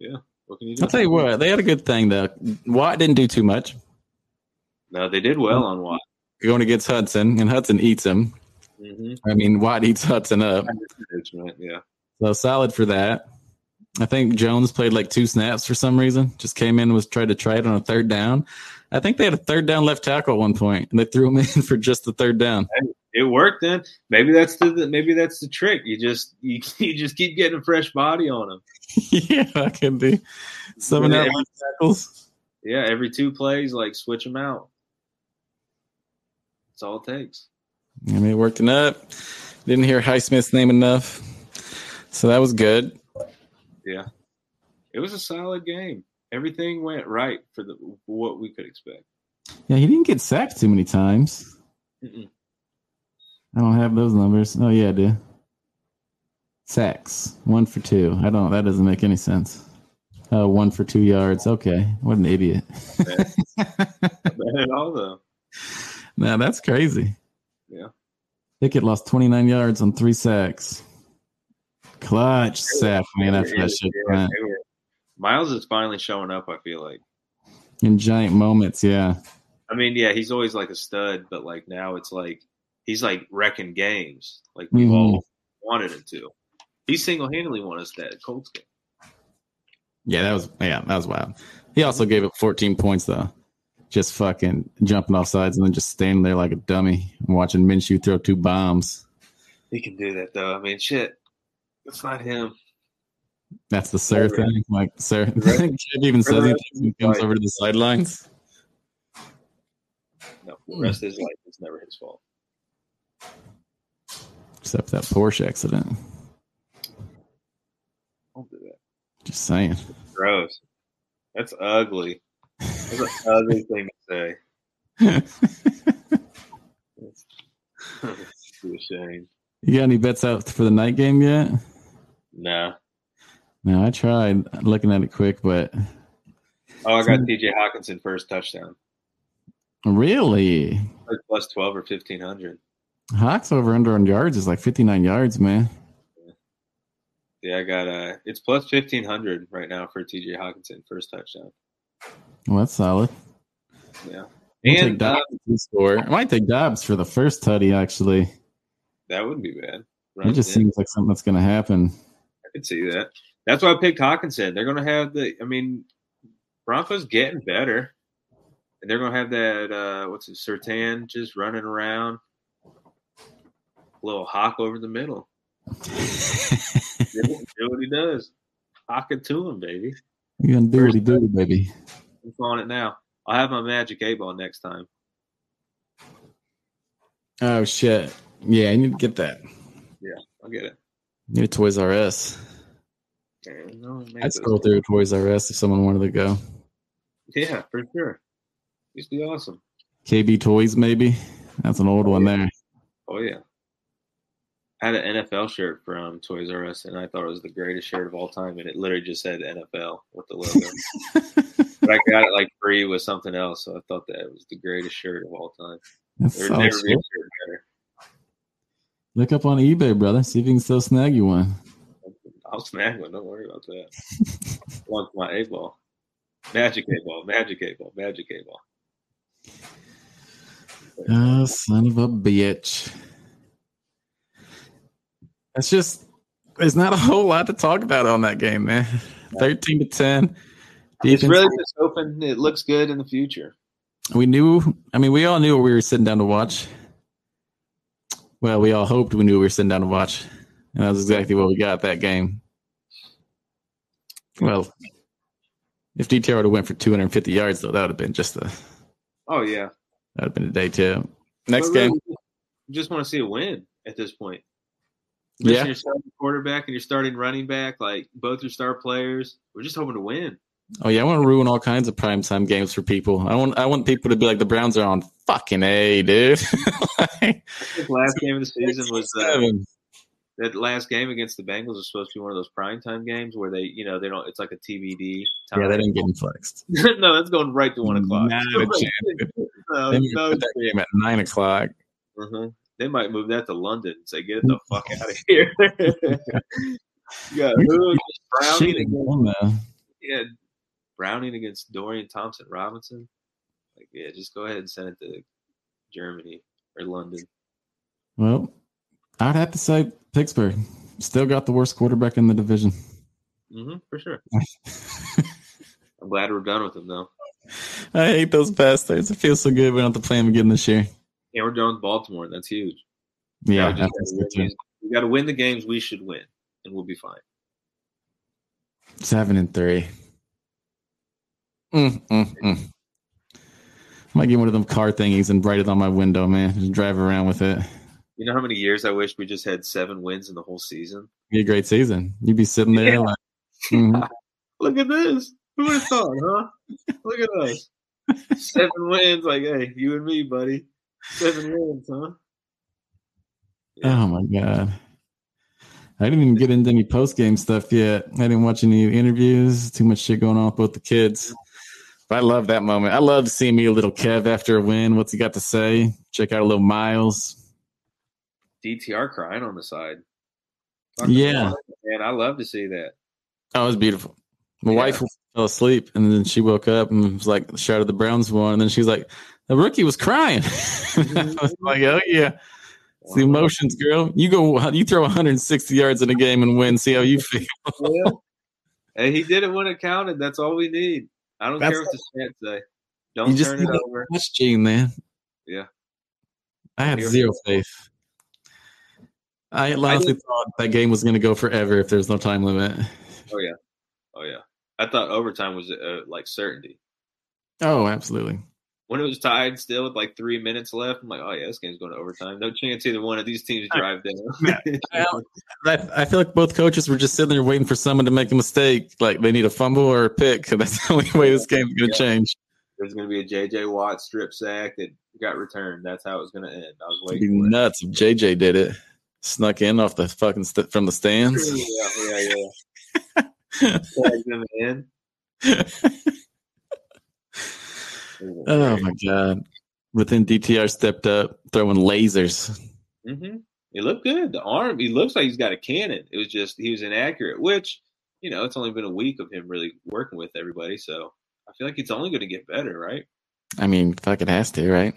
S3: Mm-hmm. What can you do?
S4: I'll tell you what, they had a good thing though. Watt didn't do too much.
S3: No, they did well on Watt.
S4: Going against Hudson, and Hudson eats him.
S3: Mm-hmm.
S4: I mean, Watt eats Hudson up.
S3: Yeah.
S4: So solid for that. I think Jones played like two snaps for some reason. Just came in was tried to try it on a third down. I think they had a third down left tackle at one point, and they threw him [laughs] in for just the third down.
S3: It worked then. Maybe that's the maybe that's the trick. You just [laughs] you, you just keep getting a fresh body on him.
S4: [laughs] yeah, I could be seven out left tackles.
S3: Yeah, every two plays, like switch them out. That's all it takes.
S4: I mean, it worked up. Didn't hear Highsmith's name enough, so that was good.
S3: It was a solid game. Everything went right for the what we could expect.
S4: Yeah, he didn't get sacked too many times.
S3: Mm-mm.
S4: I don't have those numbers. Oh yeah, I do. Sacks. One for two. I don't that doesn't make any sense. Uh, one for two yards. Okay. What an idiot.
S3: [laughs] Not at all though.
S4: now that's crazy.
S3: Yeah.
S4: Pickett lost 29 yards on three sacks. Clutch sack, man. That's what I should
S3: Yeah,
S4: have
S3: they were- Miles is finally showing up. I feel like.
S4: In giant moments, yeah.
S3: I mean, yeah, he's always like a stud, but like now it's like he's like wrecking games. Like we
S4: Mhm.
S3: all wanted him to. He single handedly won us that Colts game.
S4: Yeah, that was yeah, that was wild. He also gave up 14 points though. Just fucking jumping off sides and then just standing there like a dummy and watching Minshew throw two bombs.
S3: He can do that though. I mean, shit, that's not him.
S4: That's the sir
S3: Over.
S4: thing. Like sir, [laughs]
S3: rest-
S4: Kid even says
S3: rest
S4: anything
S3: is
S4: when he comes
S3: like-
S4: over to the sidelines.
S3: No, the rest is like it's never his fault.
S4: Except that Porsche accident.
S3: Don't do that.
S4: Just saying. [laughs]
S3: Gross. That's ugly. That's an ugly thing to say. [laughs] It's a shame.
S4: You got any bets out for the night game yet?
S3: Nah.
S4: No, I tried looking at it quick, but
S3: Oh, I got T.J. Hawkinson first touchdown.
S4: really,
S3: Like plus twelve or fifteen hundred.
S4: Hawks over under on yards is like 59 yards, man.
S3: Yeah, I got uh it's plus fifteen hundred right now for T.J. Hawkinson first touchdown.
S4: Well, that's solid.
S3: Yeah.
S4: I'll take
S3: And uh,
S4: Dobbs to score. I might take Dobbs for the first tutty, actually.
S3: that wouldn't be bad.
S4: It just
S3: in.
S4: seems like something that's going to happen.
S3: I could see that. That's why I picked Hawkinson. They're going to have the. I mean, Broncos getting better, and they're going to have that. Uh, what's it, Sertan just running around, little hawk over the middle. do, do what he does. Hawk it to him, baby.
S4: You're going to do what he do, baby.
S3: I'm calling it now. I'll have my magic eight ball next time.
S4: Oh, shit. Yeah, I need to get that.
S3: I'll get it.
S4: Need a Toys R Us.
S3: Man, no one makes
S4: I'd
S3: those-
S4: scroll through Toys R Us if someone wanted to go.
S3: Yeah, for sure. Used to be awesome.
S4: KB Toys, maybe. That's an old one there.
S3: Oh yeah. I had an NFL shirt from Toys R Us, and I thought it was the greatest shirt of all time, and it literally just said NFL with the logo.
S4: [laughs]
S3: but I got it like free with something else, so I thought that was the greatest shirt of all time.
S4: That's
S3: There's
S4: solid
S3: never been a
S4: shit.
S3: shirt better.
S4: Look up on eBay, brother. See if you can still snag you one.
S3: I'll snag one. Don't worry about that. Launch my eight ball, magic eight ball, magic eight ball, magic eight ball.
S4: Oh, son of a bitch. That's just, there's not a whole lot to talk about on that game, man. 13 to 10.
S3: It's
S4: Defense-
S3: really just open. It looks good in the future.
S4: we knew, I mean, we all knew what we were sitting down to watch. Well, we all hoped we knew we were sitting down to watch. And that was exactly what we got that game. Well, if DTR would have went for 250 yards, though, that would have been just a, that
S3: Oh yeah.
S4: would have been a day, too. Next
S3: But really,
S4: game.
S3: you just want to see a win at this point.
S4: Yeah.
S3: yeah. your starting quarterback and your starting running back, like both your star players. We're just hoping to win.
S4: Oh yeah, I want to ruin all kinds of primetime games for people. I want I want people to be like the Browns are on fucking A, dude. [laughs]
S3: I think last game of the season was uh,
S4: Seven.
S3: that last game against the Bengals is supposed to be one of those prime time games where they, you know, they don't. It's like a TBD. Time.
S4: Yeah, they didn't get him flexed.
S3: [laughs] no, that's going right to one o'clock.
S4: Not
S3: [laughs] no,
S4: a chance. They need to
S3: no,
S4: put that game at nine o'clock.
S3: uh-huh. They might move that to London and say, "Get the fuck out of here." [laughs]
S4: [laughs]
S3: yeah, Browning
S4: Shit,
S3: against,
S4: won, though.
S3: yeah, Browning against Dorian Thompson Robinson. Like, yeah, just go ahead and send it to Germany or London.
S4: Well, I'd have to say Pittsburgh still got the worst quarterback in the division.
S3: hmm for sure. I'm glad we're done with them though.
S4: I hate those bastards. It feels so good we don't have to play them again this year.
S3: Yeah, we're done with Baltimore. and That's huge.
S4: Yeah, I
S3: we, just
S4: think
S3: gotta
S4: so
S3: win
S4: too.
S3: these- we gotta win the games we should win, and we'll be fine.
S4: seven and three. Mm, mm, mm. I might get one of them car thingies and write it on my window, man. Just drive around with it.
S3: You know how many years I wish we just had seven wins in the whole season.
S4: Be a great season. You'd be sitting there
S3: Yeah.
S4: like, [laughs] mhm.
S3: Look at this. Who would have thought, huh? Look at us. Seven wins, like hey, you and me, buddy. Seven wins, huh?
S4: oh my god. I didn't even get into any post game stuff yet. I didn't watch any interviews. Too much shit going on with both the kids. But I love that moment. I love seeing me a little Kev after a win. What's he got to say? Check out a little Miles.
S3: DTR crying on the side.
S4: Yeah.
S3: man, I love to see that.
S4: Oh, it was beautiful. My
S3: Yeah.
S4: wife fell asleep and then she woke up and was like, shouted the Browns won. And then she was like, the rookie was crying. [laughs] I was like, oh, yeah. It's the emotions, girl. You go, you throw 160 yards in a game and win. See how you feel.
S3: Yeah. and he did it when it counted. That's all we need. I don't
S4: That's-
S3: care what the stats say. Don't
S4: You just
S3: turn
S4: need
S3: it
S4: to-
S3: over.
S4: [laughs] That's Gene, man.
S3: Yeah.
S4: I had
S3: Here.
S4: zero faith. I honestly thought that game was going to go forever if there's no time limit.
S3: Oh yeah, I thought overtime was uh, like certainty.
S4: Oh, absolutely.
S3: When it was tied, still with like three minutes left, I'm like, oh yeah, this game's going to overtime. No chance either one of these teams
S4: [laughs]
S3: drive down.
S4: Well, I, I feel like both coaches were just sitting there waiting for someone to make a mistake. Like they need a fumble or a pick. [laughs] 'cause That's the only way this game's going
S3: Yeah.
S4: to change.
S3: [laughs] There's going to be a JJ Watt strip sack that got returned. That's how it was going to end. I was
S4: It'd be
S3: waiting. for it.
S4: nuts if JJ did it. Snuck in off the fucking st- from the
S3: [laughs]
S4: stands.
S3: Yeah, yeah, yeah. Tagged him in. Uh.
S4: Oh my god! But then DTR stepped up, throwing lasers.
S3: Mm-hmm. He looked good. The arm, he looks like he's got a cannon. It was just he was inaccurate, which you know it's only been a week of him really working with everybody, so I feel like it's only going to get better, right?
S4: I mean, fuck, it has to, right?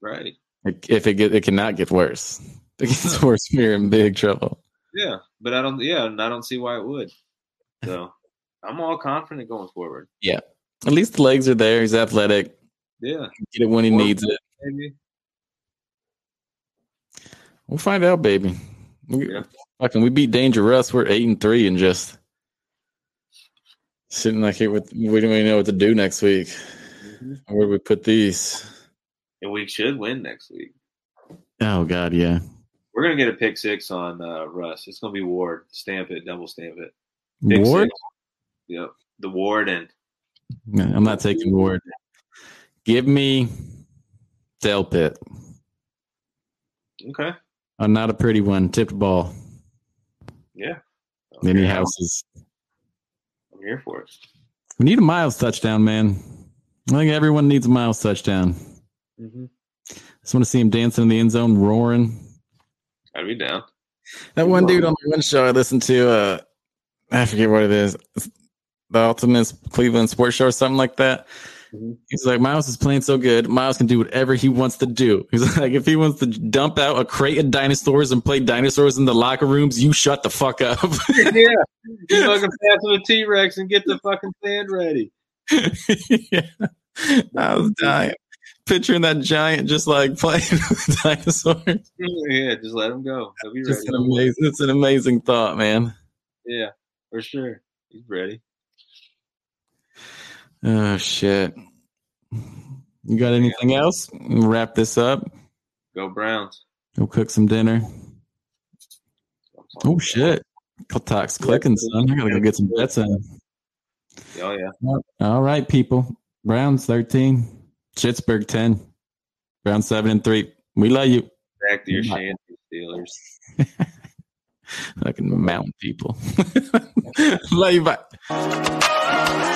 S3: Right.
S4: Like, if it get, it cannot get worse. If it gets [laughs] worse, we're in big trouble.
S3: Yeah, but I don't. Yeah, and I don't see why it would. So I'm all confident going forward.
S4: At least the legs are there. He's athletic.
S3: Yeah,
S4: Get it when he
S3: Well-
S4: needs it.
S3: maybe.
S4: We'll find out, baby. We,
S3: Yeah.
S4: Fucking, we beat Danger Russ. We're eight and three, and just sitting like here with we don't even know what to do next week. Where do we put these?
S3: Mm-hmm. And we should win next week.
S4: Oh God, yeah.
S3: We're gonna get a pick six on uh, Russ. It's gonna be Ward. Stamp it. Double stamp it. Pick
S4: Ward?
S3: Six. Yep. The Ward and
S4: No, I'm not taking Ward. Give me Del Pitt.
S3: okay.
S4: Oh, not a pretty one. Tipped ball.
S3: Yeah.
S4: Many houses.
S3: I'm here for it.
S4: We need a Miles touchdown, man. I think everyone needs a Miles touchdown.
S3: Mm-hmm.
S4: Just want to see him dancing in the end zone, roaring.
S3: I'd be
S4: [laughs]
S3: down.
S4: That one dude on the one show I listened to, uh, I forget what it is, It's the Ultimate Cleveland Sports Show or something like that.
S3: Mhm.
S4: He's like, Miles is playing so good. Miles can do whatever he wants to do. [laughs] He's like, if he wants to dump out a crate of dinosaurs and play dinosaurs in the locker rooms, you shut the fuck up. [laughs]
S3: yeah. You fucking pass him a T Rex and get the fucking sand ready. [laughs]
S4: yeah. I was dying. Picturing that giant just like [laughs] playing with dinosaurs.
S3: Yeah, just let him go. He'll be
S4: Just an
S3: ready.
S4: amazing, it's an amazing thought, man.
S3: Yeah, for sure. He's ready.
S4: Oh shit. You got anything else? We'll wrap this up.
S3: Go Browns.
S4: Go cook some dinner. Oh shit. Clock's clicking, son. I gotta go get some bets in.
S3: Oh yeah.
S4: All right, people. Browns thirteen. Pittsburgh ten. Browns seven and three. We love you.
S3: Back to your
S4: Yeah.
S3: shanty Steelers.
S4: [laughs] I can mount people. Love you. Bye.